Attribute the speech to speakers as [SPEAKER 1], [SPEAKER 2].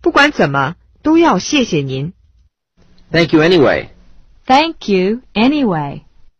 [SPEAKER 1] 不管怎么，都要谢谢您。
[SPEAKER 2] Thank you anyway.
[SPEAKER 3] Thank you anyway.